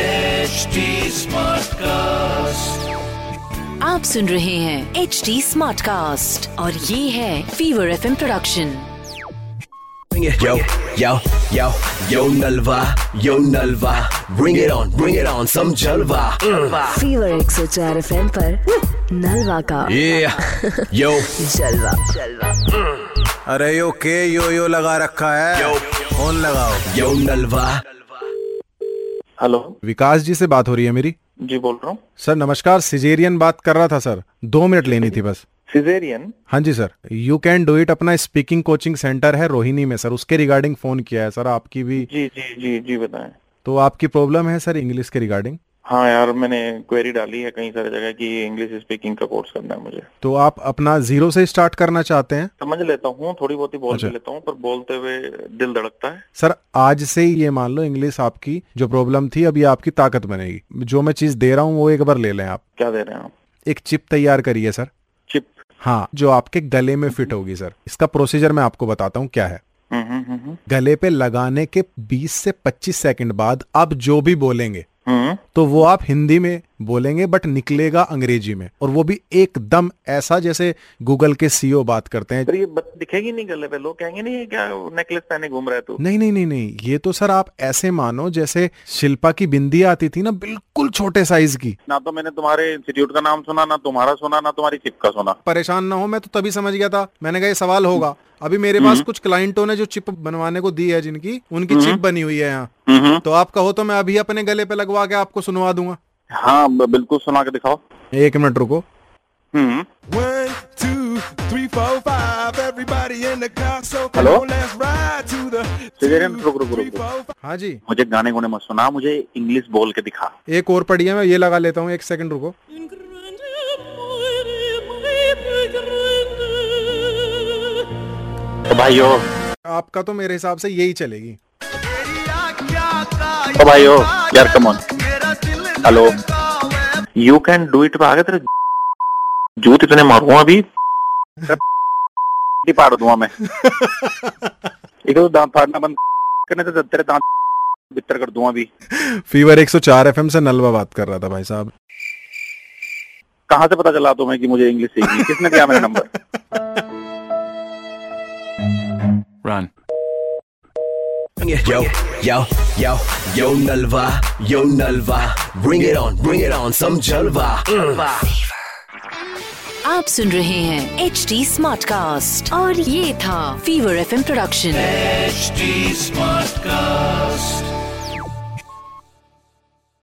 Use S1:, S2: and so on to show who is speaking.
S1: HD Smartcast.
S2: आप सुन रहे हैं एच डी स्मार्ट कास्ट और ये है Fever F production
S3: Bring it. Yo, yo, yo, yo Nalva, yo Nalva. Bring it on, bring it on, some Jalva. Mm.
S2: Fever एक सौ चार एफ एम नलवा का
S3: Yeah, yo,
S2: जलवा जलवा
S4: अरे यो के यो यो लगा रखा है
S3: Yo.
S4: फोन लगाओ
S3: yo Nalva.
S5: Hello
S4: Vikas ji से बात हो रही है मेरी
S5: जी बोल रहा हूँ
S4: सर नमस्कार सिजेरियन बात कर रहा था सर दो मिनट लेनी थी बस
S5: सिजेरियन
S4: हाँ जी sir you can do it अपना स्पीकिंग कोचिंग सेंटर है रोहिणी में सर उसके रिगार्डिंग फोन किया है सर आपकी भी
S5: जी जी जी जी बताएं
S4: तो आपकी प्रॉब्लम है सर इंग्लिश के रिगार्डिंग
S5: हाँ यार मैंने क्वेरी डाली है कई सारी जगह कि इंग्लिश स्पीकिंग का कोर्स करना है मुझे
S4: तो आप अपना जीरो से स्टार्ट करना चाहते हैं
S5: समझ लेता हूँ थोड़ी बहुत ही बोल भी
S4: अच्छा।
S5: लेता हूँ पर बोलते हुए दिल धड़कता है
S4: सर आज से ही ये मान लो इंग्लिश आपकी जो प्रॉब्लम थी अब ये आपकी ताकत बनेगी जो मैं चीज दे रहा हूँ वो एक बार ले लें आप
S5: क्या दे रहे हैं आप
S4: एक चिप तैयार करिए सर
S5: चिप
S4: हाँ जो आपके गले में फिट होगी सर इसका प्रोसीजर मैं आपको बताता हूँ क्या है
S5: हम्म हम्म हम्म, हम्म
S4: गले पे लगाने के 20 से 25 सेकंड बाद आप जो भी बोलेंगे
S5: हम्म
S4: तो वो आप हिंदी में बोलेंगे बट निकलेगा अंग्रेजी में और वो भी एकदम ऐसा जैसे गूगल के सीईओ बात करते हैं
S5: पर ये बत दिखेगी नहीं गले पे लोग कहेंगे नहीं ये क्या नेकलेस पहने घूम रहा है तू
S4: नहीं नहीं नहीं नहीं ये तो सर आप ऐसे मानो जैसे शिल्पा की बिंदी आती थी ना बिल्कुल छोटे साइज की
S5: ना तो मैंने तुम्हारे इंस्टीट्यूट का नाम सुना ना तुम्हारा सुना ना तुम्हारी चिप का सुना
S4: परेशान ना हो मैं तो तभी समझ गया था मैंने कहा ये सवाल होगा अभी मेरे पास कुछ क्लाइंटों ने जो चिप बनवाने को दी है जिनकी उनकी चिप बनी हुई है यहाँ
S5: हम्म हम्म
S4: तो आप कहो तो मैं अभी अपने गले पे लगवा के आपको सुनवा दूंगा
S5: हाँ ब- बिल्कुल सुना के दिखाओ
S4: एक मिनट रुको
S5: हम्म
S6: One, two, three, four, five. Everybody in the car, so come
S5: Hello?
S6: on, let's ride to the.
S5: Sejarian, रुक रुक रुक रुक।
S4: हाँ जी
S5: मुझे गाने गुने मत सुना मुझे इंग्लिश बोल के दिखा
S4: एक और पड़ी है मैं ये लगा लेता हूँ एक सेकंड रुको
S5: तो भाइयों
S4: आपका तो मेरे हिसाब से यही चलेगी
S5: तो भाइयों यार come on hello you can do it पे आ गया तेरे जूत इतने मारूंगा अभी तेरा ही पाड़ दूंगा मैं एक तो दांत फाड़ना बंद करने से तेरे दांत बितर कर दूंगा अभी
S4: फीवर 104 एफएम से नलवा बात कर रहा था भाई साहब
S5: कहाँ से पता चला तुम्हें कि मुझे इंग्लिश सीखनी है? किसने दिया मेरा number
S7: Run.
S3: Bring it. Yo, yo, yo, yo Nalva, yo Nalva. Bring it on, bring it on, some Jalva. Mm.
S2: आप सुन रहे हैं एच डी स्मार्ट कास्ट और ये था fever F production
S1: HD Smartcast.